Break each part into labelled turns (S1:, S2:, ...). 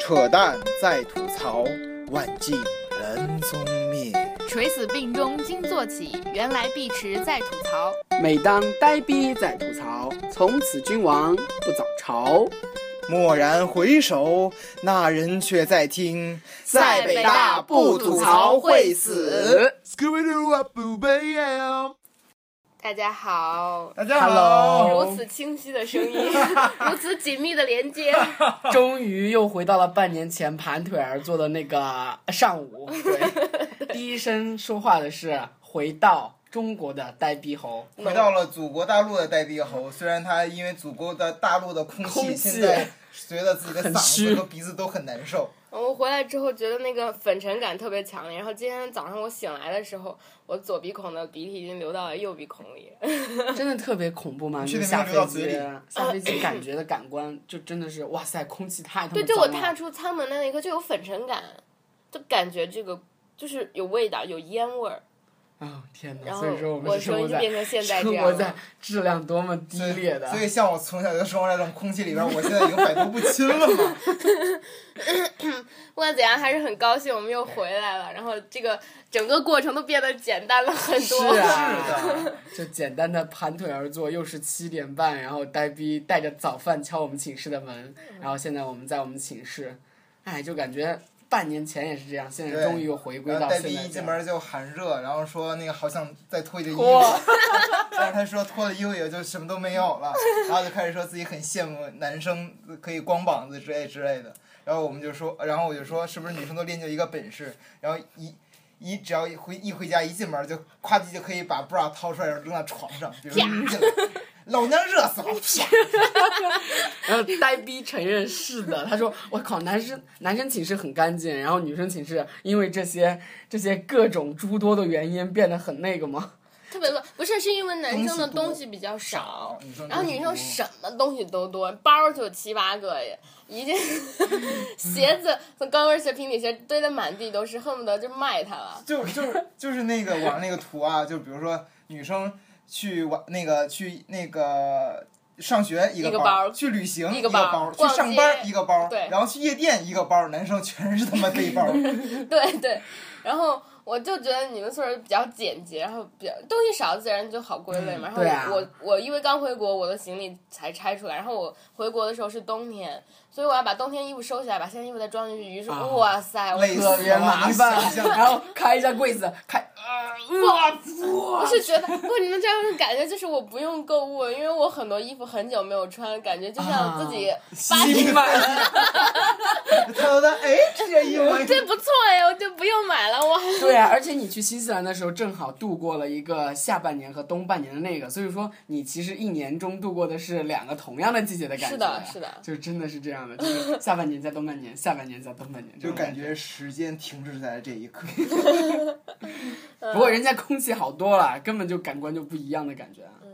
S1: 扯淡再吐槽，万径人踪灭。
S2: 垂死病中惊坐起，原来碧池在吐槽。
S3: 每当呆逼在吐槽，从此君王不早朝。
S1: 蓦然回首，那人却在听。
S2: 在北大不吐槽会死。
S1: 啊
S2: 大家好，
S1: 大家
S4: Hello
S2: 如此清晰的声 音，如此紧密的连接，
S3: 终于又回到了半年前盘腿而坐的那个上午。对，第一声说话的是回到中国的呆逼猴。
S1: 回到了祖国大陆的呆逼猴，虽然他因为祖国的大陆的空
S3: 空
S1: 气，
S3: 气
S1: 现在觉得自己的
S3: 很
S1: 嗓
S3: 虚
S1: 子和鼻子都很难受。
S5: 我回来之后觉得那个粉尘感特别强烈，然后今天早上我醒来的时候，我左鼻孔的鼻涕已经流到了右鼻孔里。
S3: 真的特别恐怖吗？
S1: 去
S3: 就
S1: 那边
S3: 下
S1: 流到
S3: 飞
S1: 嘴
S3: 机
S1: 里，
S3: 下飞机感觉的感官就真的是，哇塞，空气太他妈
S5: 对，就我
S3: 脏了
S5: 踏出舱门的那一刻就有粉尘感，就感觉这个就是有味道，有烟味儿。
S3: 啊、天哪！
S5: 然后
S3: 所以说我们
S5: 我
S3: 是生活
S5: 终于
S3: 在
S5: 变成现在这
S3: 生
S5: 样
S3: 活
S5: 了
S3: 在质量多么低
S1: 所以
S3: 劣的。
S1: 所以像我从小就生活在这种空气里边，我现在已经百毒不侵了嘛。
S5: 不管怎样，还是很高兴我们又回来了。然后这个整个过程都变得简单了很
S3: 是
S5: 多。
S3: 啊，是的， 就简单的盘腿而坐，又是七点半，然后呆逼带着早饭敲我们寝室的门，然后现在我们在我们寝室，哎，就感觉半年前也是这样，现在
S1: 对
S3: 终于又回归
S1: 然后
S3: 到
S1: 呆
S3: 现
S1: 逼
S3: 在
S1: 一
S3: 这
S1: 进
S3: 样。
S1: 门就喊热，然后说那个好想再脱一件衣服
S3: 哇，
S1: 但是他说脱了衣服也就什么都没有了，然后就开始说自己很羡慕男生可以光膀子之类之类的。然后我们就说，然后我就说是不是女生都练就一个本事，然后一。一只要一回一回家一进门就咵叽就可以把 bra 掏出来然后扔到床上，比如说扔进来，老娘热死了，啪！
S3: 然后呆逼承认是的， 他说：“我靠，男生男生寝室很干净，然后女生寝室因为这些这些各种诸多的原因变得很那个吗？
S5: 特别乱，不是是因为男生
S1: 东
S5: 的
S1: 西多
S5: 东西比较少，
S1: 女生
S5: 然后
S1: 东西
S5: 女
S1: 多
S5: 生什么东西都多，包就七八个也，一件鞋子从高跟鞋、平底鞋堆得满地都是，恨不得就卖它了。
S1: 就就是就是那个网上那个图啊，就比如说女生去玩那个去那个上学一个
S5: 一个
S1: 包，
S5: 包
S1: 去旅行
S5: 一
S1: 个
S5: 个
S1: 包，
S5: 包
S1: 去
S5: 逛
S1: 上
S5: 街
S1: 班一个包，
S5: 对
S1: 然后去夜店一个包，男生全是他妈背包，
S5: 对对，然后我就觉得你们宿舍比较简洁，然后比较东西少，自然就好归类嘛。然后
S3: 对啊
S5: 我、我因为刚回国，我的行李才拆出来，然后我回国的时候是冬天，所以我要把冬天衣服收起来，把现在衣服再装进去。于是，
S3: 啊
S5: 哇塞，我
S1: 累死
S3: 特别麻烦
S1: 想。象
S3: 然后开一下柜子，开，呃，哇，
S5: 我是觉得，不，你们这样的感觉就是我不用购物，因为我很多衣服很久没有穿，感觉就像
S3: 啊
S5: 自己发
S3: 新
S5: 现、
S3: 买的。”
S1: 他觉得哎，这件衣服我
S5: 这不错哎，我就不用买了，我还
S3: 对啊，而且你去新西兰的时候，正好度过了一个下半年和冬半年的那个，所以说你其实一年中度过的是两个同样的季节的感觉。啊
S5: 是的是的
S3: 就真的是这样的，就是下半年在冬半年，下半年在冬半年，这
S1: 就
S3: 种
S1: 感
S3: 感。
S1: 觉时间停滞在了这一刻。
S3: 不过人家空气好多了，根本就感官就不一样的感觉啊。
S5: 嗯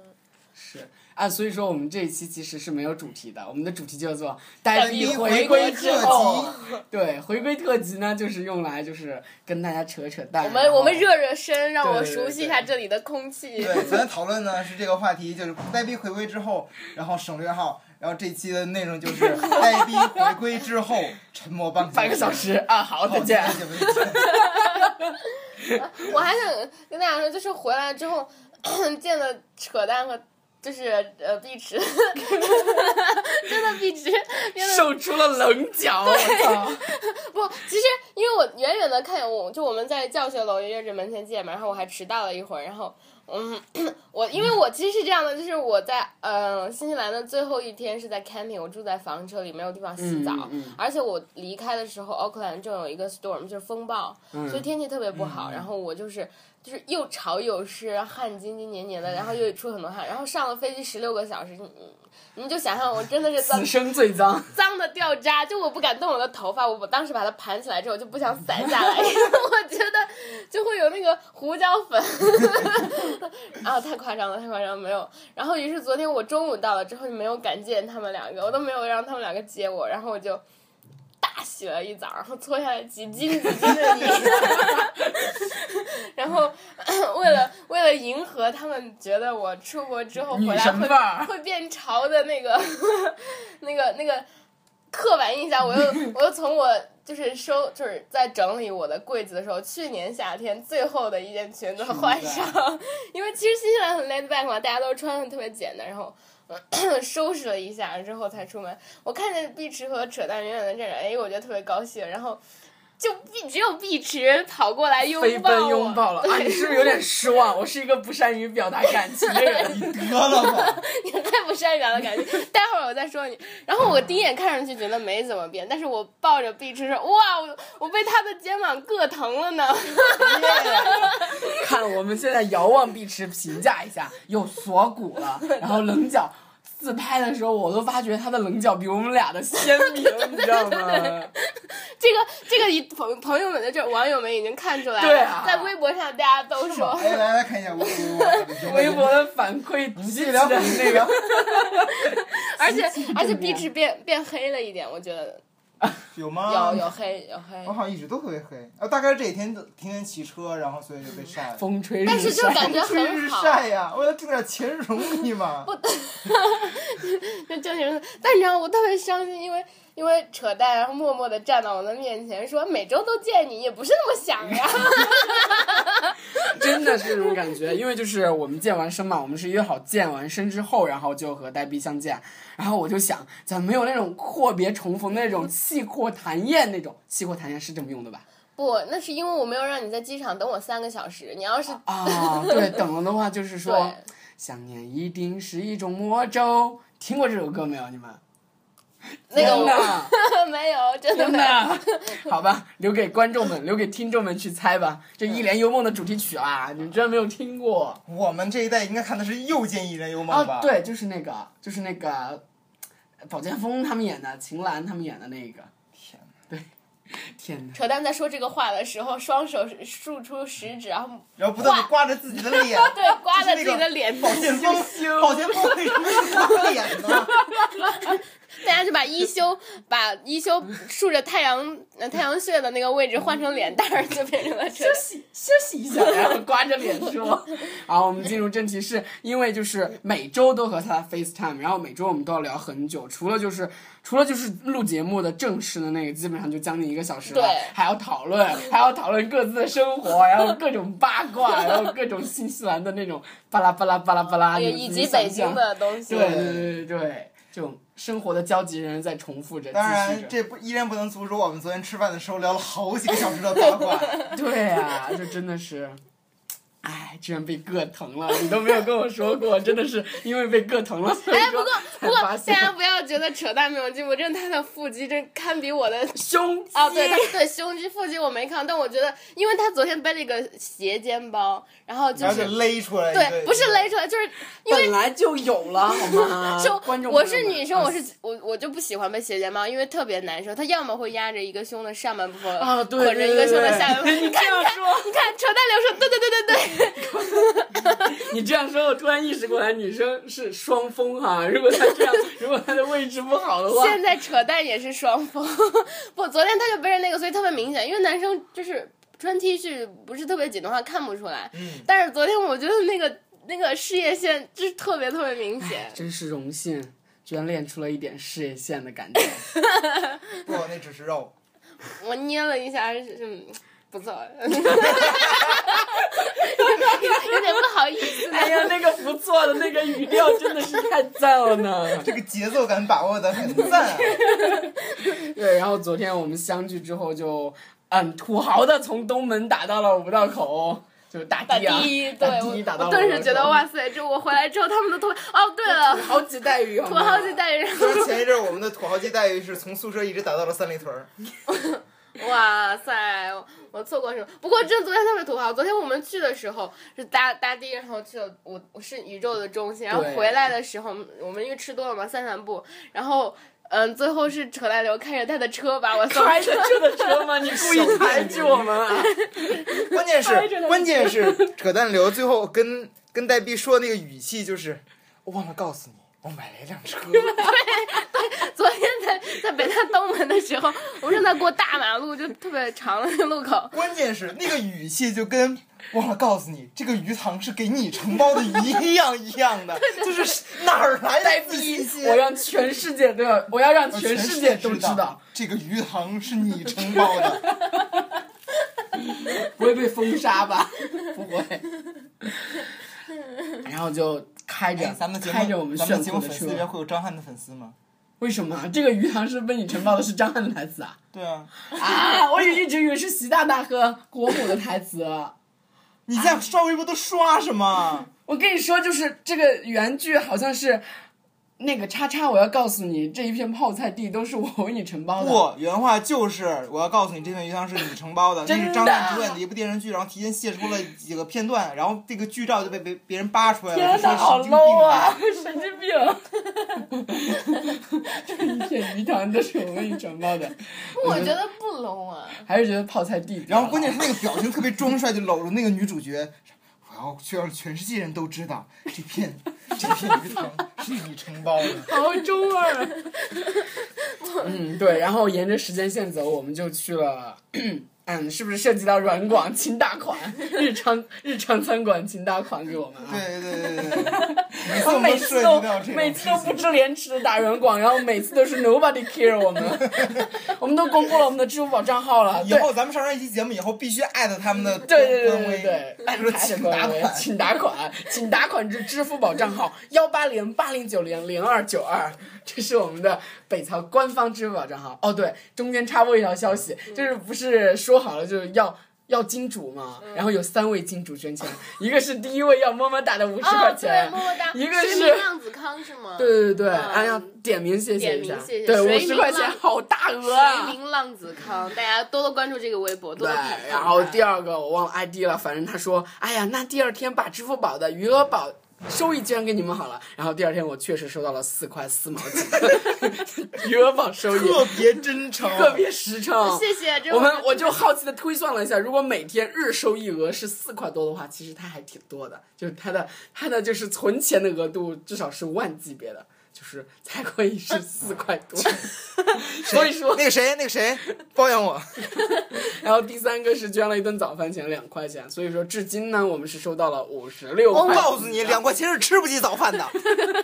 S3: 是啊，所以说我们这一期其实是没有主题的，我们的主题叫做“呆逼回归之后”。对，回归特辑呢，就是用来就是跟大家扯扯淡。
S5: 我
S3: 然
S5: 们
S3: 后
S5: 我们热热身，让我
S3: 对对对
S5: 熟悉一下这里的空气。
S1: 对，咱讨论呢是这个话题，就是呆逼回归之后，然后省略号，然后这期的内容就是呆逼回归之后沉默半
S3: 半个小时啊，好，再见。
S1: 好再见
S5: 我还想跟大家说，就是回来之后见了扯淡和就是呃碧池， 真的碧池
S3: 受出了棱角，我操！
S5: 不，其实因为我远远的看我，就我们在教学楼约着门前见嘛，然后我还迟到了一会儿，然后。嗯，我因为我其实是这样的，就是我在呃新西兰的最后一天是在 camping，我住在房车里，没有地方洗澡，
S3: 嗯嗯嗯
S5: 而且我离开的时候，奥克兰正有一个 storm，就是风暴，
S3: 嗯
S5: 所以天气特别不好。然后我就是就是又潮又湿，汗津津黏黏的，然后又出很多汗，然后上了飞机十六个小时，你你你就想象我真的是在
S3: 此生最脏。
S5: 脏的掉渣，就我不敢动我的头发，我当时把它盘起来之后就不想散下来，因为我觉得就会有那个胡椒粉， 啊，太夸张了，太夸张了，没有。然后于是昨天我中午到了之后就没有敢见他们两个，我都没有让他们两个接我，然后我就大洗了一澡，然后搓下来几斤几斤的泥， 然后 为了为了迎合他们觉得我出国之后回
S3: 女
S5: 来
S3: 神
S5: 会
S3: 范儿
S5: 会变潮的那个那个那个刻板印象，我又 我又从我就是收就是在整理我的柜子的时候，去年夏天最后的一件裙子换上，因为其实新西兰很 laid back 嘛，大家都穿的特别简单，然后。 收拾了一下之后才出门，我看见碧池和扯淡远远的站着，哎，我觉得特别高兴，然后就碧只有碧池跑过来拥
S3: 飞
S5: 抱
S3: 奔
S5: 我，
S3: 拥抱了啊！
S5: 对
S3: 你是不是有点失望？我是一个不善于表达感情的人。
S1: 你得了吧，
S5: 你太不善良的感觉。 待会儿我再说你。然后我第一眼看上去觉得没怎么变，但是我抱着碧池说，哇，我我被他的肩膀硌疼了呢。
S3: 看，我们现在遥望碧池，评价一下，有锁骨了，然后棱角。自拍的时候，我都发觉他的棱角比我们俩的鲜明，你知道吗？
S5: 这个这个一朋朋友们的这网友们已经看出来了，
S3: 对啊
S5: 在微博上大家都说。
S1: 哎，来来看一下我我
S3: 微博的反馈
S1: 你们继
S3: 极其
S1: 续
S3: 的
S1: 聊
S3: 那个，
S5: 而且而且
S3: 面
S5: 碧池变变黑了一点，我觉得
S1: 有吗？
S5: 有有黑有黑
S1: 我，好像一直都特别黑啊，大概这几天天天骑车，然后所以就被晒了。
S3: 风吹日晒。
S5: 但是就感觉
S1: 吹日
S5: 很好。
S1: 晒呀！我要挣点钱容易吗？
S5: 就正经，但你知道我特别伤心，因为因为扯淡，然后默默的站到我的面前说每周都见你也不是那么想呀。
S3: 真的是这种感觉，因为就是我们健完身嘛，我们是约好健完身之后，然后就和呆逼相见。然后我就想，咱没有那种阔别重逢的那种气阔谈宴那种，气阔谈宴是这么用的吧？
S5: 不，那是因为我没有让你在机场等我三个小时。你要是
S3: 啊，对，等了的话就是
S5: 对，
S3: 说，想念一定是一种魔咒。听过这首歌没有？你们？
S5: 那个
S3: 天哪
S5: 我 没有，真的
S3: 真
S5: 没有。
S3: 的， 好吧，留给观众们，留给听众们去猜吧。这一帘幽梦的主题曲啊，你们居然没有听过
S1: 我们这一代应该看的是《又见一人有梦》吧？
S3: 啊？，对，就是那个，就是那个，保剑锋他们演的，秦岚他们演的那个。
S1: 天
S3: 哪！对，天哪！
S5: 扯淡在说这个话的时候，双手竖出食指，然后
S1: 然后不断的刮着自己的脸，
S5: 对刮在自己
S1: 就是那
S5: 的
S1: 个
S5: 脸，
S1: 保剑锋，保剑锋为什么一直刮脸呢？
S5: 大家就把衣袖把衣袖竖着太阳呃太阳穴的那个位置换成脸蛋儿，就变成了扯
S3: 休息休息一下，然后刮着脸说。 好，我们进入正题是，因为就是每周都和他 FaceTime，然后每周我们都要聊很久，除了就是除了就是录节目的正式的那个，基本上就将近一个小时了
S5: 对，
S3: 还要讨论，还要讨论各自的生活，然后各种八卦，然后各种新西兰的那种巴拉巴拉巴拉巴 拉，
S5: 淡，
S3: 你们
S5: 哎以
S3: 自己
S5: 及
S3: 想
S5: 北京
S3: 象。
S5: 的东西。
S3: 对对对对对，这种生活的交集仍然在重复着，
S1: 当
S3: 继续
S1: 然，
S3: 着
S1: 这不依然不能阻止我们昨天吃饭的时候聊了好几个小时的八卦。
S3: 对啊，就真的是，哎，居然被硌疼了，你都没有跟我说过，真的是因为被硌疼了，所以
S5: 哎，不
S3: 说
S5: 过
S3: 才
S5: 不过，
S3: 发
S5: 大
S3: 现
S5: 家不要觉得扯淡没有进步，真的他的腹肌真堪比我的。
S3: 胸肌。
S5: 哦，对，他对胸肌、腹肌我没看，但我觉得，因为他昨天背了一个斜肩包，然后就
S1: 然后
S5: 是
S1: 就勒出来一个，
S5: 对，不是勒出来，就是因为
S3: 本来就有了，好吗？
S5: 就
S3: 啊观众朋
S5: 我
S3: 友
S5: 是
S3: 们
S5: 女生，
S3: 啊
S5: 我是我我就不喜欢被斜肩包，因为特别难受。它要么会压着一个胸的上半部分，
S3: 啊，对，
S5: 捆着一个胸的
S3: 对
S5: 下半部分。
S3: 对
S5: 你
S3: 你这
S5: 看，
S3: 样
S5: 你看，
S3: 说，
S5: 你看，扯淡流说，对对对对 对。
S3: 啊你这样说，我突然意识过来，女生是双峰哈、如果她这样，如果她的位置不好的话，
S5: 现在扯淡也是双峰，不，昨天他就背着那个，所以特别明显，因为男生就是穿 T 恤不是特别紧的话看不出来，
S1: 嗯，
S5: 但是昨天我觉得那个那个事业线就是特别特别明显。
S3: 真是荣幸，居然练出了一点事业线的感觉。
S1: 不，那只是肉。
S5: 我捏了一下，嗯，不 错， 有点不好意 思呢。
S3: 哎呀，那个不错的那个语调真的是太赞了呢。
S1: 这个节奏感把握的很赞、啊，
S3: 对，然后昨天我们相聚之后就，嗯，土豪的从东门打到了五道口，就是打
S5: 打
S3: 的啊，
S5: 第一，对
S3: 打的打
S5: 我，
S3: 到
S5: 我
S3: 了
S5: 顿
S3: 五道
S5: 时觉得
S3: 口，
S5: 哇塞，这我回来之后他们的都哦，对了，
S3: 好几待遇，
S5: 土
S3: 土
S5: 豪级待遇，
S1: 就是前一阵儿我们的土豪级待遇是从宿舍一直打到了三里屯儿，
S5: 哇塞，我我错过什么？不过真的昨天特别土豪。昨天我们去的时候是搭搭地，然后去了我我是宇宙的中心，然后
S3: 对
S5: 回来的时候我们因为吃多了嘛，散散步，然后嗯，最后是扯淡流开着他的车把我送
S3: 开着这的车吗？你故意抬举我们啊？
S1: 关键
S3: 哎
S1: 是关键是扯淡流最后跟跟戴碧说那个语气就是，我忘了告诉你，我买了一辆车。
S5: 昨天在在北大东门的的时候，我正在过大马路，就特别长的路口，
S1: 关键是那个语气就跟忘了告诉你，这个鱼塘是给你承包的一样一样的，就是哪儿来
S3: 呆
S1: 的自信
S3: 逼！
S1: 心？
S3: 我让全世界都要，我要让
S1: 让
S3: 全世
S1: 世界
S3: 界都
S1: 知
S3: 道，
S1: 这个鱼塘是你承包 的。
S3: 不会被封杀吧？ 不会。然后就开着
S1: 哎，咱们节目
S3: 开着我们
S1: 咱们
S3: 炫
S1: 节
S3: 酷
S1: 目
S3: 的
S1: 粉丝里边
S3: 车，
S1: 会有张翰的粉丝吗？
S3: 为什么 这个鱼塘是被你承包的？是张翰的台词啊？
S1: 对啊，
S3: 啊！我一直以为是习大大和国母的台词。
S1: 你在刷微博都刷什么？
S3: 我跟你说，就是这个原剧好像是那个叉叉，我要告诉你，这一片泡菜地都是我为你承包的。
S1: 不，原话就是我要告诉你，这片鱼塘是你承包的。那
S3: 真的
S1: 是张翰主演的一部电视剧，然后提前泄出了几个片段，然后这个剧照就被别别人扒出来了，
S3: 天
S1: 说
S3: 哪，好
S1: 神经病
S3: low 啊！！神经病！ 这一片鱼塘都是我为你承包的，
S5: 我觉得不 low 啊。
S3: 还是觉得泡菜地比较好。
S1: 然后关键是那个表情特别装帅，就搂着那个女主角，我要去让全世界人都知道这片 这片鱼塘是你承包的。
S3: 好中二。 嗯，对，然后沿着时间线走，我们就去了。嗯，是不是涉及到软广，请打款，日常日常餐馆，请打款给我们啊！
S1: 对对对对对，每次
S3: 我
S1: 我
S3: 每
S1: 们
S3: 次
S1: 涉
S3: 都
S1: 及到这
S3: 每
S1: 种事
S3: 次都不
S1: 情，
S3: 知廉耻的打软广，然后每次都是 nobody care 我们， 我们都公布了我们的支付宝账号了，
S1: 以
S3: 对
S1: 后咱们上传一期节目以后，必须艾特他们的
S3: 对对
S1: 官
S3: 对对
S1: 微
S3: 对，哎
S1: 艾特
S3: 请
S1: 请
S3: 打
S1: 打款。
S3: 款，请打 款，请打款至支付宝账号幺八零八零九零零二九二，这是我们的北曹官方支付宝账号。哦，对，中间插播一条消息，
S5: 嗯
S3: 就是不是说好了就是要。要金主嘛，
S5: 嗯
S3: 然后有三位金主捐钱， 一个是第一位要么么哒的五十块
S5: 哦，
S3: 钱
S5: 对，，么么哒。
S3: 一个是
S5: 水明浪子康是吗？
S3: 对对对，
S5: 嗯
S3: 哎呀，点名谢谢
S5: 点
S3: 一下
S5: 名，谢谢
S3: 对，
S5: 谁
S3: 五
S5: 明
S3: 十块
S5: 浪
S3: 钱好大额啊！
S5: 水明浪子康，大家多多关注这个微博，多
S3: 对
S5: 多评，啊论
S3: 然后
S5: 它
S3: 第二个我忘了 ID 了，反正他说，哎呀，那第二天把支付宝的余额宝收益捐给你们好了。然后第二天我确实收到了四块四毛几的余额宝收益，
S1: 特别真诚，
S3: 特别实诚。
S5: 谢谢，这
S3: 我们我
S5: 我
S3: 就好奇的推算了一下，如果每天日收益额是四块多的话，其实它还挺多的，就是它的它的就是存钱的额度至少是万级别的，就是才可 以是四块多。所以说
S1: 那个谁，那个谁包养我，
S3: 然后第三个是捐了一顿早饭钱两块钱，所以说至今呢，我们是收到了五十六
S1: 我
S3: 块。
S1: 告诉你，两块钱是吃不起早饭的。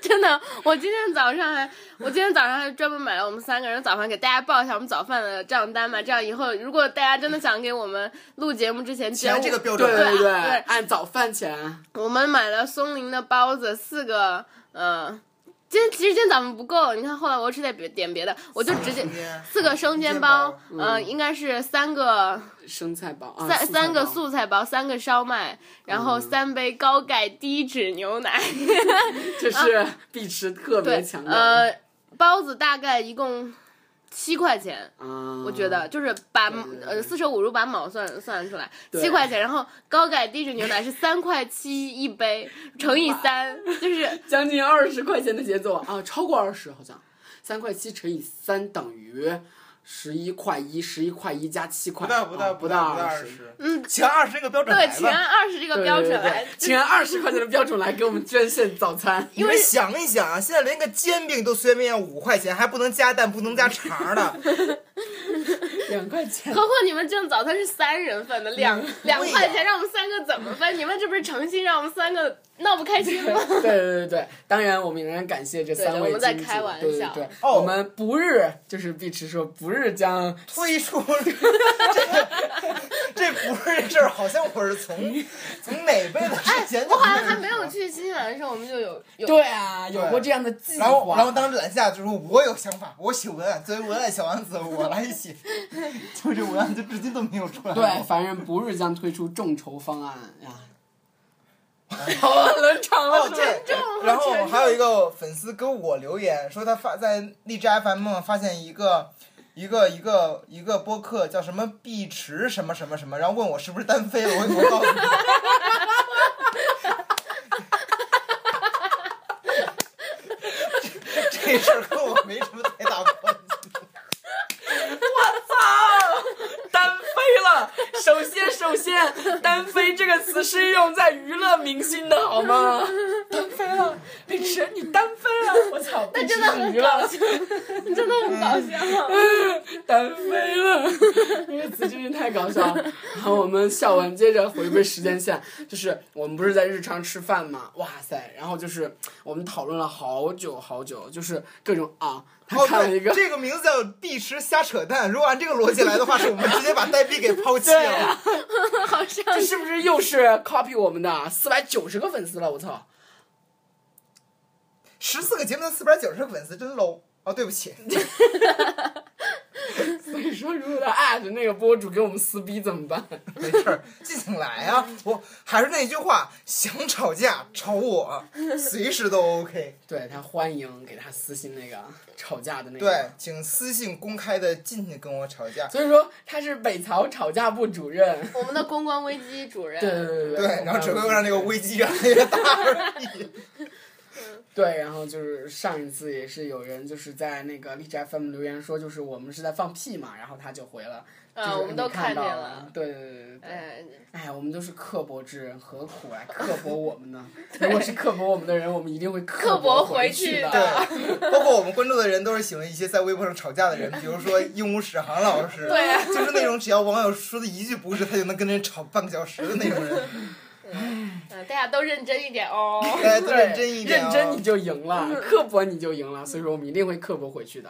S5: 真的，我今天早上还，我今天早上还专门买了我们三个人早饭，给大家报一下我们早饭的账单嘛。这样以后，如果大家真的想给我们录节目之前捐
S1: 钱这个标
S3: 对
S1: 准
S3: 哦对
S5: 对
S3: 按早饭钱，
S5: 我们买了松林的包子四个，呃，今天其实今天咱们不够，你看后来我又吃点别点别的，我就直接四个生煎包，
S1: 生
S5: 嗯、呃，应该是三个
S3: 生菜包啊，
S5: 三
S3: 素菜包嗯
S5: 三个素菜包，三个烧麦，然后三杯高钙低脂牛奶。
S3: 这是
S1: 啊
S3: 必吃特别
S5: 对
S3: 强，的。
S5: 呃，包子大概一共七块钱，
S3: 啊，
S5: 我觉得就是把
S3: 对对
S5: 呃四舍五入把卯算算出来
S3: 对
S5: 七块钱，然后高钙低脂牛奶是三块七一杯，乘以三就是
S3: 将近二十块钱的节奏啊，超过二十好像，三块七乘以三等于十一块一，十一块一加七块，啊不到20。
S5: 嗯，
S1: 前二十那个标准
S5: 对
S1: 来了
S5: 请按二十这个标准
S3: 对对
S5: 来
S3: 对，请按二十块钱的标准来给我们捐献早 餐。
S1: 你们想一想啊，现在连个煎饼都随便要五块钱，还不能加蛋，不能加肠 的，
S3: 两块钱
S5: 何况你们挣早餐是三人份的两
S3: 嗯
S5: 两块钱，让我们三个怎么分？你们这不是诚心让我们三个闹不开心吗？
S3: 对对对对，当然我们仍然感谢这三位
S5: 对我们在
S3: 金主
S5: 开玩
S3: 对对
S5: 笑
S3: 对，
S1: 哦
S3: 我们不日就是碧池说不日将
S1: 推出这个这不是这事儿，好像我是从从哪辈子之前
S5: 哎我
S1: 就
S5: 好像
S1: 认识
S5: 还没有去新西兰的时候，我们就有有
S3: 对啊，有过这样的计划。
S1: 然后，然后当时揽下就说我有想法，我写文案，作为文案小王子，我来写。 就这文案就至今都没有出来过。
S3: 对，反正不日将推出众筹方案呀。 好冷场了
S1: 哦，， 对，然后还有一个粉丝给我留言说，他发在荔枝 FM 上发现一个一个一个一个播客叫什么碧池什么什么什么，然后问我是不是单飞了，我我告诉你， 这事儿跟我没什么太大关系。哦
S3: 单飞了。首先，首先，单飞这个词是用在娱乐明星的好吗？单飞了，碧池，你单飞了，我操！但
S5: 那真的很
S3: 急了
S5: 搞笑， 真的很搞笑。
S3: 单飞了，因为词真是太搞笑了。然后我们笑完，接着回归时间线，就是我们不是在日常吃饭嘛？哇塞！然后就是我们讨论了好久好久，就是各种啊，他
S1: 哦，
S3: 看了一
S1: 对，
S3: 个，
S1: 这个名字叫“必吃瞎扯淡”。如果按这个逻辑来的话，是我们直接把呆逼给抛弃
S3: 对
S1: 了
S3: 啊。，这是不是又是 copy 我们的啊四百九十个粉丝了？我操！
S1: 十四个节目的四百九十个粉丝真 low 哦，对不起，
S3: 所以说，如果他艾特那个博主给我们撕逼怎么办？
S1: 没事儿，尽情来啊！我还是那句话，想吵架吵我，随时都 OK。
S3: 对他欢迎给他私信那个吵架的那个。
S1: 对，请私信公开的进去跟我吵架。
S3: 所以说他是北曹吵架部主任。
S5: 我们的公关危机主任，
S3: 对对对对
S1: 对，然后只会让这个危机越来越大而已。
S3: 对，然后就是上一次也是有人就是在那个荔枝 FM 留言说，就是我们是在放屁嘛，然后他就回了，就是
S5: 啊，我们都
S3: 你看
S5: 见
S3: 到
S5: 了。。
S3: 对对对对对。
S5: 哎，
S3: 哎，我们都是刻薄之人，何苦来刻薄我 们呢？如果是刻薄我们的人，我们一定会刻
S5: 刻薄
S3: 回
S5: 回去
S3: 的。
S5: 的
S1: 对，包括我们关注的人都是喜欢一些在微博上吵架的人，比如说鹦鹉史航老师，
S5: 对啊
S1: 就是那种只要网友说的一句不是，他就能跟人吵半个小时的那种人。
S5: 嗯，大家都认真一点哦。
S1: 哎，都
S3: 对
S1: 认真一点、哦，
S3: 认真你就赢了，刻薄你就赢了，所以说我们一定会刻薄回去的。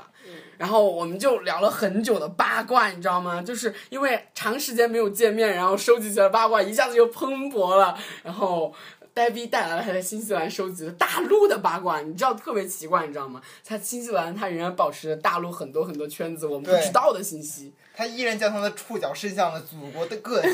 S3: 然后我们就聊了很久的八卦，你知道吗？就是因为长时间没有见面，然后收集起来的八卦一下子就蓬勃了，然后。呆逼带来了他在新西兰收集的大陆的八卦，你知道特别奇怪，你知道吗？他新西兰他仍然保持着大陆很多很多圈子我们不
S1: 对
S3: 知道的信息。
S1: 他依然将他的触角伸向了祖国的各地。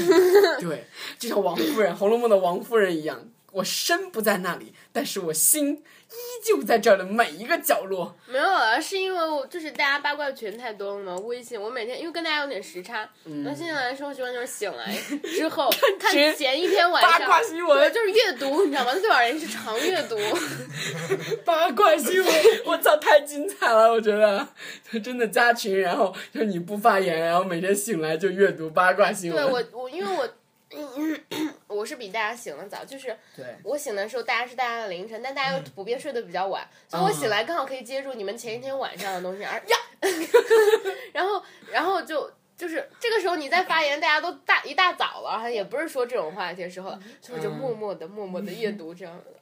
S3: 对，就像王夫人，《红楼梦》的王夫人一样，我身不在那里，但是我心依旧在这儿的每一个角落。
S5: 没有啊，是因为我就是大家八卦群太多了嘛，微信我每天因为跟大家有点时差，那现在来说习惯就是醒 来之后嗯看
S3: 群
S5: 前一天晚
S3: 八
S5: 上
S3: 卦新
S5: 对
S3: 闻，
S5: 就是阅读，你知道吗？最好人是常阅读，
S3: 八卦新闻，我操，太精彩了！我觉得，就真的加群，然后就是你不发言，然后每天醒来就阅读八卦新闻。
S5: 对我我因为我。我是比大家醒的早，就是
S3: 对嗯
S5: 我醒的时候，大家是大家的凌晨，但大家又普遍睡得比较晚，所以我醒来刚好可以接住你们前一天晚上的东西，而 呀，然后然后就就是这个时候你再发言，大家都大一大早了，也不是说这种话题的时候
S3: 嗯
S5: 了，所以我就默默的默默的阅读这样 的。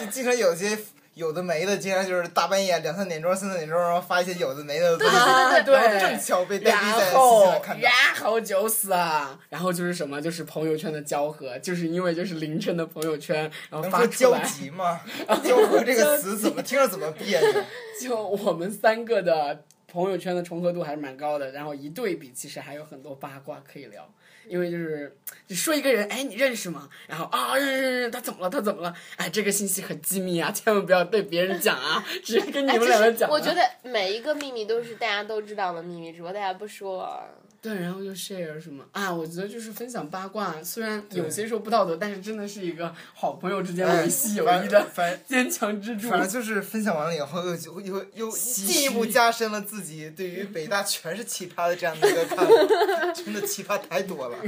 S1: 就经常有些有的没的，经常就是大半夜两三点钟、三四点钟，然后发一些有的没的的东西，
S3: 啊，对
S1: 然后正巧被呆逼在
S3: 然
S1: 新西兰
S3: 后
S1: 看到
S3: 然。后九死啊！然后就是什么，就是朋友圈的交合，就是因为就是凌晨的朋友圈，然后
S1: 能
S3: 发
S1: 说
S3: 出
S1: 交
S3: 来，
S1: 集吗？交合这个词 怎么听着怎么别扭。
S3: 就我们三个的朋友圈的重合度还是蛮高的。然后一对比，其实还有很多八卦可以聊，因为就是你说一个人，哎，你认识吗？然后啊，认识认识认识，他怎么了？他怎么了？哎，这个信息很机密啊，千万不要对别人讲啊，只是跟你
S5: 哎，
S3: 们
S5: 这
S3: 两个
S5: 是
S3: 讲、啊。
S5: 我觉得每一个秘密都是大家都知道的秘密，只不过大家不 说。
S3: 对，然后就 share 什么啊？我觉得就是分享八卦，虽然有些时候不道德，但是真的是一个好朋友之间维系友谊的
S1: 哎反反
S3: 坚强支柱。
S1: 反正就是分享完了以后，又又又又
S3: 唏嘘
S1: 进一步加深了自己对于北大全是奇葩的这样的一个看法，真的奇葩太多了。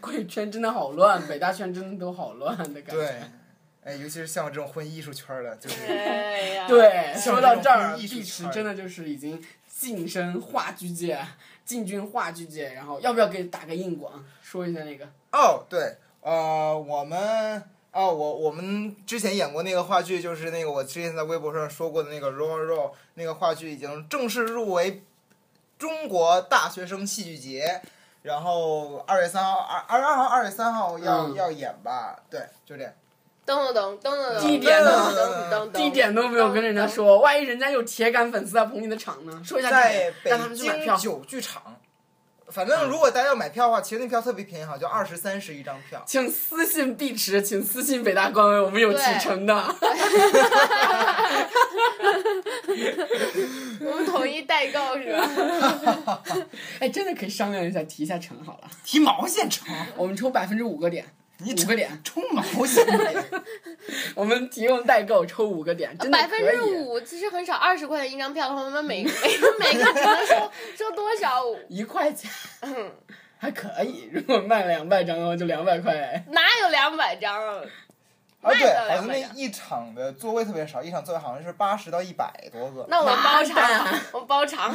S3: 贵圈真的好乱，北大圈真的都好乱的感
S1: 对
S3: 觉。，
S1: 哎，尤其是像我这种混艺术圈的，就是
S5: 哎呀，
S3: 对，
S1: 像
S3: 说到
S1: 这种
S3: 这儿，
S1: 艺术
S3: 碧池
S1: 圈儿
S3: 真的就是已经晋升话剧界，进军话剧界。然后要不要给打个硬广，说一下那个？
S1: 哦，对，呃，我们哦，我我们之前演过那个话剧，就是那个我之前在微博上说过的那个《Roll and Roll》，那个话剧已经正式入围中国大学生戏剧节，然后二月三号、二二月二号、二月三号要、
S3: 嗯
S1: 要演吧？对，就这样。
S5: 咚咚咚咚咚咚，
S3: 地点呢
S5: 咚咚咚咚，
S3: 地点都没有跟人家说，万一人家有铁杆粉丝要啊捧你的场呢？说一下地
S1: 在
S3: 点，
S1: 北
S3: 让他们去买
S1: 京
S3: 票。
S1: 九剧场。反正如果大家要买票的话，其实那票特别便宜，好像就二十三十一张票。
S3: 请私信碧池，请私信北大官微，我们有启程的。
S5: 我们统一代购是吧？
S3: 哎，真的可以商量一下，提一下成好了。
S1: 提毛线成，
S3: 我们抽百分之五个点，五个点，
S1: 充毛线点。
S3: 我们提供代购抽五个点，真的
S5: 百
S3: 可
S5: 分
S3: 以。
S5: 之五其实很少，二十块钱一张票的话，我们每 每每个只能收收多少？
S3: 一块钱，
S1: 嗯
S3: 还可以。如果卖两百张的话，就两百块。
S5: 哪有两百张啊？
S1: 啊，对，
S5: 得了
S1: 好像那
S5: 呀
S1: 一场的座位特别少，一场座位好像是八十到一百多个。
S5: 那我们包
S3: 妈
S5: 场
S3: 蛋，
S5: 我们包场。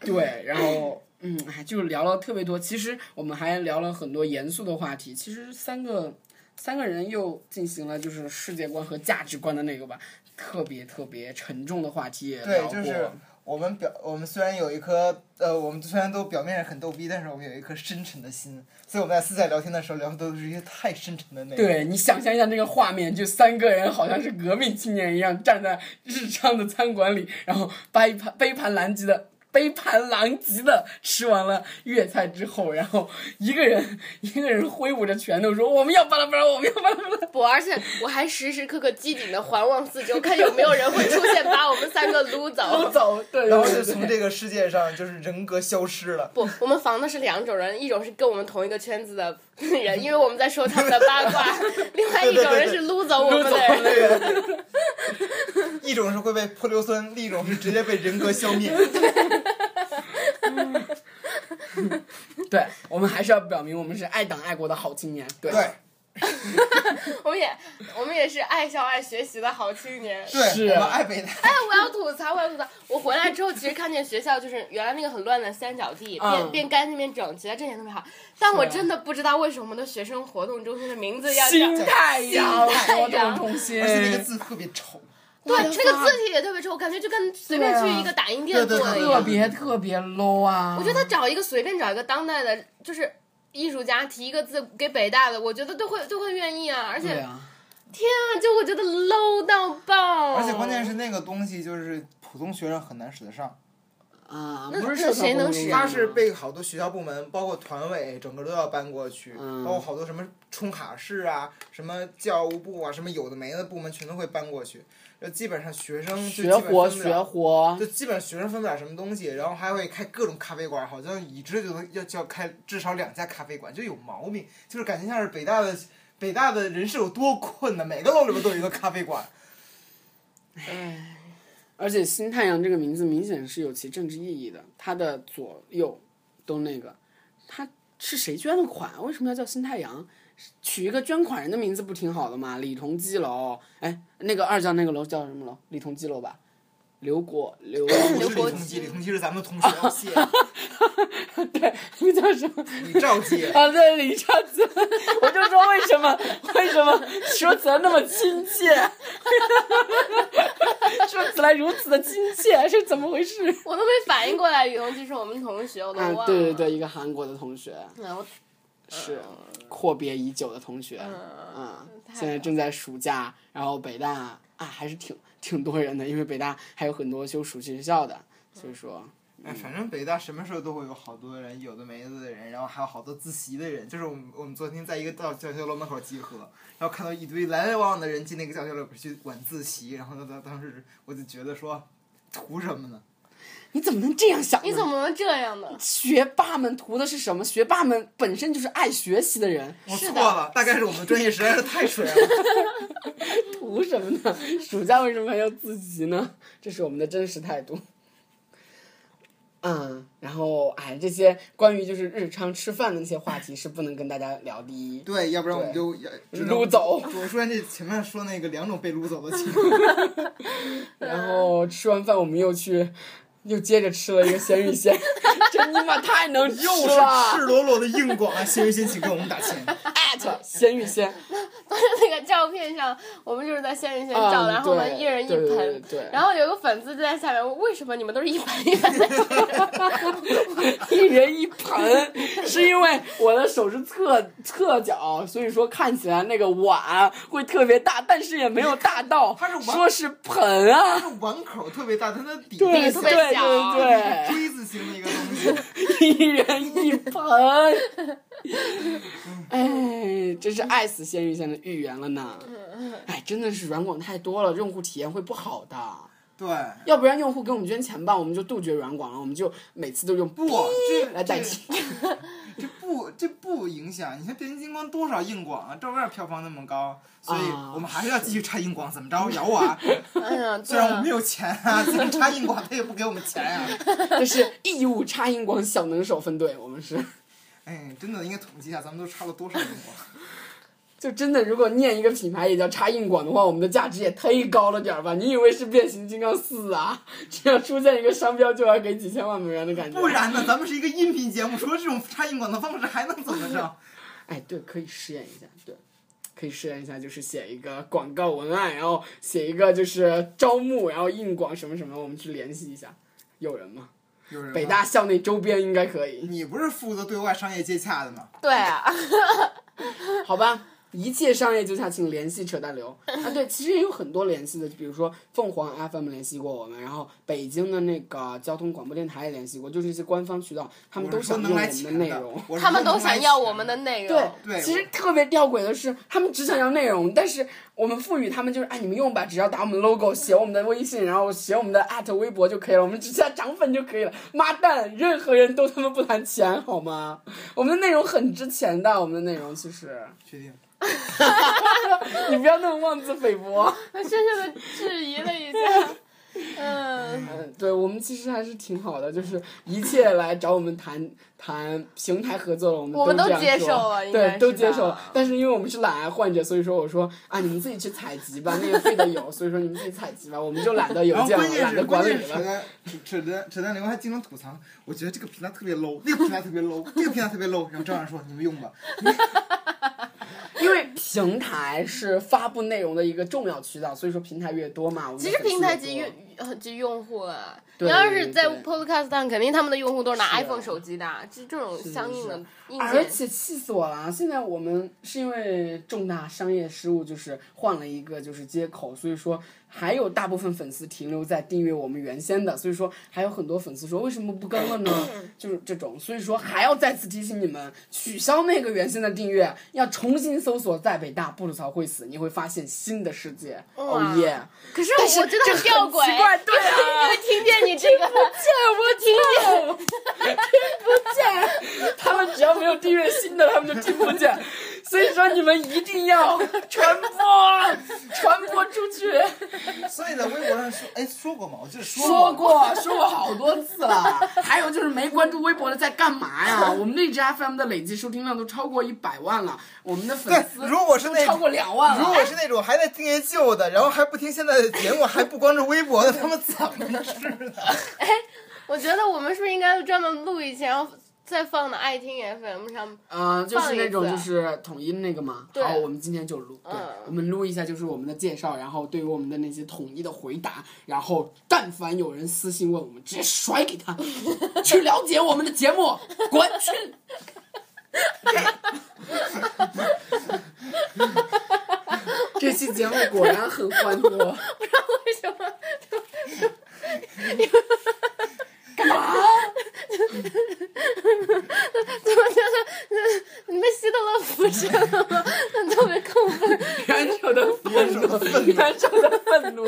S3: 对，然后嗯，哎，就聊了特别多。其实我们还聊了很多严肃的话题。其实三个三个人又进行了就是世界观和价值观的那个吧，特别特别沉重的话题也
S1: 对
S3: 聊，过。
S1: 就是我们表，我们虽然有一颗呃，我们虽然都表面上很逗逼，但是我们有一颗深沉的心，所以我们在私下聊天的时候聊的都是一些太深沉的内容。
S3: 对你想象一下那个画面，就三个人好像是革命青年一样，站在日昌的餐馆里，然后把一盘杯盘狼藉的杯盘狼藉的吃完了粤菜之后，然后一个人一个人挥舞着拳头说：“我们要巴拉巴拉，我们要巴拉巴拉。
S5: 不，而且我还时时刻刻机警的环望四周，看有没有人会出现把我们三个撸”
S3: 都
S5: 走。
S3: 走，对，
S1: 然后
S3: 对
S1: 就
S3: 对
S1: 从这个世界上就是人格消失 了。
S5: 不，我们防的是两种人，一种是跟我们同一个圈子的人，因为我们在说他们的八 卦；另外一种人是撸走我们的人。
S1: 一种是会被泼硫酸，另一种是直接被人格消灭。
S3: 对，我们还是要表明我们是爱党爱国的好青年。对，
S1: 对
S5: 我们也，我们也是爱笑爱学习的好青年。
S1: 对，
S3: 是啊
S1: 我们爱北大。
S5: 哎，我要吐槽，我要吐槽！我回来之后，其实看见学校就是原来那个很乱的三角地，变、
S3: 嗯
S5: 变干净、变整齐了，这点特别好。但我真的不知道为什么我们的学生活动中心的名字要
S3: 心
S5: 叫
S3: 太阳
S5: 心太
S3: 活动
S5: 阳
S3: 中心，
S1: 而且那个字特别丑，
S5: 对，那个字体也特别丑，我感觉就跟随便去一个打印店
S1: 对
S5: 做
S1: 啊
S5: 的一
S3: 特
S5: 样。
S3: 别特别 low 啊！
S5: 我觉得找一个随便找一个当代的，就是艺术家提一个字给北大的，我觉得都会都会愿意啊。而且
S3: 对
S5: 啊，
S3: 啊，
S5: 就我觉得 low 到爆。
S1: 而且关键是那个东西就是普通学生很难使得上。
S3: 啊，
S5: 那
S3: 不是
S5: 那
S3: 社
S5: 谁
S3: 团
S5: 能
S3: 活动
S5: 使
S3: 啊
S1: 它是被好多学校部门，包括团委，整个都要搬过去，
S3: 嗯
S1: 包括好多什么冲卡市啊、什么教务部啊、什么有的没的部门，全都会搬过去。就基本上学生就基
S3: 学
S1: 本
S3: 活
S1: 分不
S3: 学
S1: 了，
S3: 活，
S1: 就基本上学生分不了什么东西，然后还会开各种咖啡馆，好像已知就能要就要开至少两家咖啡馆，就有毛病，就是感觉像是北大的北大的人是有多困难，每个楼里边都有一个咖啡馆。
S3: 而且“新太阳”这个名字明显是有其政治意义的，它的左右都那个，它是谁捐的款？为什么要叫“新太阳”？取一个捐款人的名字不挺好的吗？李同基楼，哎，那个二教那个楼叫什么楼？李同基楼吧，刘国刘
S1: 我 是
S5: 刘
S1: 李
S5: 国
S1: 同基，
S5: 基
S1: 李同基是咱们同学，我谢
S3: 对，那个叫什么？
S1: 你赵基。
S3: 啊，对，李昌泽， 我就说为什么为什么说起来那么亲切， 说起来如此的亲切，是怎么回事？
S5: 我都没反应过来，雨桐就是我们同学，我都忘了。
S3: 啊，对对对，一个韩国的同学
S5: 嗯，我
S3: 是阔别已久的同学，嗯，现在正在暑假，然后北大啊还是挺挺多人的，因为北大还有很多修暑期学校的，所以说
S5: 嗯
S1: 哎，反正北大什么时候都会有好多人，有的没的的人，然后还有好多自习的人。就是我们我们昨天在一个教教学楼门口集合，然后看到一堆来来往往的人进那个教学楼去晚自习，然后呢，当当时我就觉得说，图什么呢？
S3: 你怎么能这样想呢？
S5: 你怎么能这样呢？
S3: 学霸们图的是什么？学霸们本身就是爱学习的人，
S1: 我
S5: 是
S1: 错
S5: 的
S1: 了，大概是我们专业实在是太水了。
S3: 图什么呢？暑假为什么还要自习呢？这是我们的真实态度。嗯，然后哎，这些关于就是日常吃饭的那些话题是不能跟大家聊的。
S1: 对，要不然我们就要只能
S3: 撸走。
S1: 我说完这前面说那个两种被撸走的情况，
S5: 嗯
S3: 然后吃完饭我们又去，又接着吃了一个咸 鱼鲜，这尼玛太能 吃
S1: 又是赤
S3: 了！
S1: 裸裸的硬广啊！谢云先请给我们打 钱。
S3: 艾特咸鱼鲜，
S5: 那个照片上，我们就是在仙人线照的，
S3: 嗯
S5: 然后我们
S3: 对
S5: 一人一
S3: 对对对
S5: 盆
S3: 对对，
S5: 然后有个粉丝就在下面问，为什么你们都是一盆一盆的？
S3: 一人一盆，是因为我的手是侧侧脚，所以说看起来那个碗会特别大，但是也没有大到
S1: 它是碗，
S3: 说是盆啊。
S1: 碗口特别大，它的底
S3: 对
S5: 力
S3: 对
S5: 特
S1: 小
S5: 别小
S3: 对
S1: 锥子形的一个东西。
S3: 对，一人一 盆。哎，真是爱死鲜芋仙的芋圆了呢！哎，真的是软广太多了，用户体验会不好的。
S1: 对，
S3: 要不然用户给我们捐钱吧，我们就杜绝软广了，我们就每次都用
S1: 不，这
S3: 来代替。
S1: 这不这不影响。你看变形金刚多少硬广啊，照样票房那么高，所以
S3: 啊
S1: 我们还是要继续插硬广，怎么着咬我 啊？
S5: 哎呀，
S1: 虽
S5: 对
S1: 然我们
S5: 啊
S1: 没，有钱啊，咱们插硬广他也不给我们钱啊。
S3: 这是义务插音广小能手分队，我们是。
S1: 哎，真的应该统计一下，咱们都插了多少硬广？
S3: 就真的，如果念一个品牌也叫插硬广的话，我们的价值也忒高了点儿吧？你以为是变形金刚四啊？只要出现一个商标就要给几千万美元的感觉。
S1: 不然呢？咱们是一个音频节目，除了这种插硬广的方式，还能怎么着？
S3: 哎，对，可以试验一下，对，可以试验一下，就是写一个广告文案，然后写一个就是招募，然后硬广什么什么，我们去联系一下，有人吗？
S1: 有人吗
S3: 北大校内周边应该可以，
S1: 你不是负责对外商业接洽的吗？
S5: 对啊，
S3: 好吧？一切商业纠洽，请联系扯淡流啊！对，其实也有很多联系的，比如说凤凰 FM 联系过我们，然后北京的那个交通广播电台也联系过，就是一些官方渠道，他们
S1: 我
S3: 都
S1: 是说
S3: 想
S1: 能
S3: 用我
S1: 来
S3: 们的
S1: 钱
S3: 内
S1: 的
S3: 容。，
S1: 我是
S5: 他们
S1: 说
S5: 都
S1: 能来
S5: 想要
S1: 钱
S5: 我们的内容。
S3: 对，
S1: 对
S3: 其实特别吊诡的是，他们只想要内容，但是我们赋予他们就是，哎，你们用吧，只要打我们 logo，写我们的微信，然后写我们的 at 微博就可以了，我们只需要涨粉就可以了。妈蛋，任何人都他妈不谈钱好吗？我们的内容很值钱的，我们的内容其实，
S1: 确定。
S3: 你不要那么妄自菲薄。
S5: 我深深的质疑了一 下，嗯，
S3: 嗯，对我们其实还是挺好的，就是一切来找我们谈谈平台合作了，我们
S5: 我们
S3: 都
S5: 都
S3: 这样
S5: 接
S3: 说
S5: 受了应该
S3: 对，
S5: 是
S3: 都接
S5: 吧
S3: 受了。但是因为我们是懒癌患者，所以说我说啊，你们自己去采集吧，那个费的有，所以说你们自己采集吧，我们就懒得邮
S1: 然后
S3: 件
S1: 关
S3: 了，
S1: 键
S3: 懒
S1: 是
S3: 得
S1: 关
S3: 管理
S1: 键是扯淡
S3: 了。
S1: 扯淡扯淡流还经常吐槽，我觉得这个平台特别 low，那个平台特别 low，这个平台特别 low。然后张然说：“你们用吧。
S3: 因为平台是发布内容的一个重要渠道，所以说平台越多嘛，我们
S5: 其实
S3: 的粉丝
S5: 平台
S3: 越
S5: 及
S3: 多
S5: 用呃及用户了。你
S3: 对
S5: 要是在
S3: 对
S5: Podcast 上，肯定他们的用户都是拿
S3: 是啊
S5: iPhone 手机的，这这种相应的
S3: 是
S5: 硬
S3: 而
S5: 件。
S3: 且气死我了！啊！现在我们是因为重大商业失误，就是换了一个就是接口，所以说还有大部分粉丝停留在订阅我们原先的，所以说还有很多粉丝说为什么不更了 呢？就是这种，所以说还要再次提醒你们取消那个原先的订阅，要重新搜索“在北大不吐槽会死”，你会发现新的世界。哦耶！
S5: 可是
S3: 但
S5: 我
S3: 是
S5: 觉得
S3: 这
S5: 很吊
S3: 很
S5: 诡，
S3: 奇怪对啊
S5: 因为听见你这个，我听见。
S3: 见， 他们只要没有订阅新的，他们就听不见。所以说，你们一定要 传播，传播出去。”
S1: 所以在微博上说：“哎，说过吗？我记得
S3: 说
S1: 过。
S3: 过，说过好多次了。还有就是没关注微博的在干嘛 呀？我们荔枝 FM 的累计收听量都超过一百万了，我们的粉丝
S1: 对如果是那
S3: 都超过两万
S1: 如
S3: 了。
S1: 果是那种还在订阅旧的，然后还不听现在的节目，还不关注微博的，他们怎么是的？
S5: 我觉得我们是不是应该专门录一期，然后再放到爱听 FM 上？
S3: 嗯、就是那种
S5: 放一
S3: 就
S5: 次啊
S3: 是统一的那个嘛。
S5: 对
S3: 好，我们今天就录，对，
S5: 嗯
S3: 我们录一下就是我们的介绍，然后对于我们的那些统一的回答，然后但凡有人私信问我们，直接甩给 他，去了解我们的节目，滚去！这期节目果然很欢脱。
S5: 为什么？
S3: 干嘛？
S5: 怎么觉得你们希特勒辐射了吗？特别亢奋。
S3: 元首的愤怒，元首的愤怒，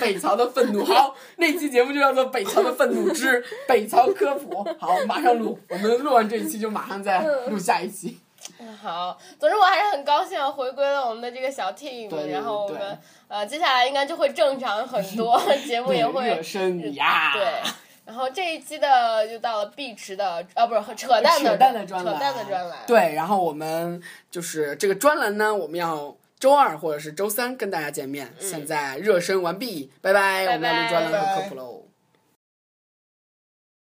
S3: 北朝的愤怒。好，那期节目就叫做《北朝的愤怒之北朝科普》。好，马上录，我们录完这一期就马上再录下一期。
S5: 好，总之我还是很高兴回归了我们的这个小 team，
S3: 对
S5: 然后我
S3: 对
S5: 们呃接下来应该就会正常很多，节目也会
S3: 热身你呀，
S5: 对。然后这一期的就到了碧池的啊，不是扯淡的
S3: 扯淡的专栏，
S5: 扯淡的专栏。
S3: 对，然后我们就是这个专栏呢，我们要。周二嗯或者是周三跟大家见面。现在热身完毕，拜拜。
S5: 拜
S3: 我们要录专栏
S1: 拜
S3: 和
S1: 拜
S3: 科普喽。